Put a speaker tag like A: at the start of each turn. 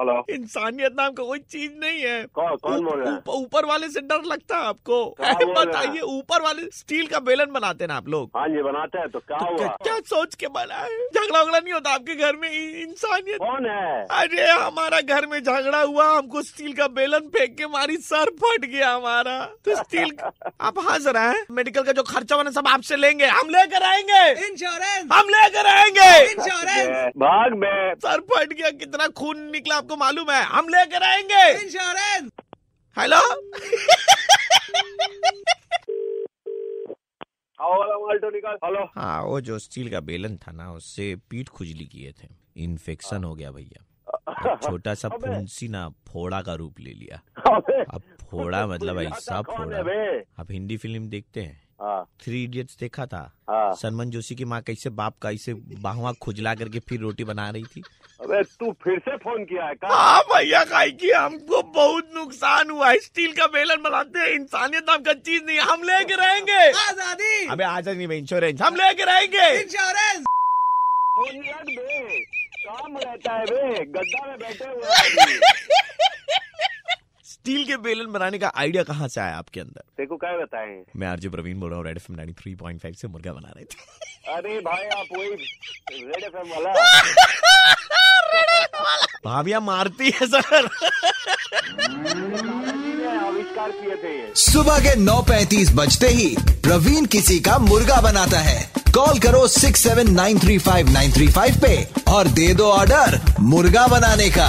A: इंसानियत नाम का कोई चीज नहीं है
B: कौन कौन बोल रहा है
A: ऊप- ऊपर वाले से डर लगता है आपको
B: क्या बोल रहा है?
A: बताइए ऊपर वाले स्टील का बेलन बनाते हैं ना आप लोग
B: हाँ जी बनाता है तो क्या
A: तो
B: हुआ
A: क्या, क्या सोच के बना है झगड़ा उगड़ा नहीं होता आपके घर में इ- इंसानियत
B: कौन है
A: अरे हमारा घर में झगड़ा हुआ हमको स्टील का बेलन फेंक के मारी सर फट गया हमारा तो स्टील आप हंस रहे हैं मेडिकल का जो खर्चा बना सब आपसे लेंगे हम लेकर आएंगे
C: इंश्योरेंस
A: हम लेकर आएंगे
C: इंश्योरेंस
B: भाग में
A: सर फट गया कितना खून निकला आपको मालूम है हम लेकर आएंगे
C: इंश्योरेंस
A: हेलो
B: ऑल्टो निकाल हेलो
A: हाँ वो जो स्टील का बेलन था ना उससे पीठ खुजली किए थे इन्फेक्शन हो गया भैया अब छोटा सा
B: हाँ। अबे।
A: फुंसी ना फोड़ा का रूप ले लिया
B: अबे,
A: अब फोड़ा मतलब
B: कुछ
A: ऐसा
B: आता कौन है
A: फोड़ा
B: बे?
A: आप हिंदी फिल्म देखते हैं
B: हाँ,
A: थ्री इडियट्स देखा था
B: हाँ।
A: सलमान जोशी की माँ कैसे बाप का ऐसे बाहुआ खुजला करके फिर रोटी बना रही थी
B: अबे तू फिर से फोन किया है का
A: हाँ भैया खाई की हमको बहुत नुकसान हुआ है स्टील का बेलन बनाते हैं इंसानियत नाम का चीज नहीं हम लेके रहेंगे
C: आजादी
A: अबे आज नहीं भाई इंश्योरेंस हम लेके रहेंगे
C: इंश्योरेंस
B: फोन लग बे काम रहता है बे गद्दा में बैठे हुए हैं अभी।
A: स्टील के बेलन बनाने का आइडिया कहाँ से आया आपके अंदर
B: तेरे को क्या बताएं
A: मैं आरजे प्रवीण बोल रहा हूँ red F nine three point five से मुर्गा बना रहे थे
B: अरे भाई आप वही रेड एफ वाला
A: भाभी मारती है सर
B: इन्हें आविष्कार किए थे ये
D: सुबह के 9:35 बजते ही प्रवीण किसी का मुर्गा बनाता है कॉल करो 6793593 पे और दे दो ऑर्डर मुर्गा बनाने का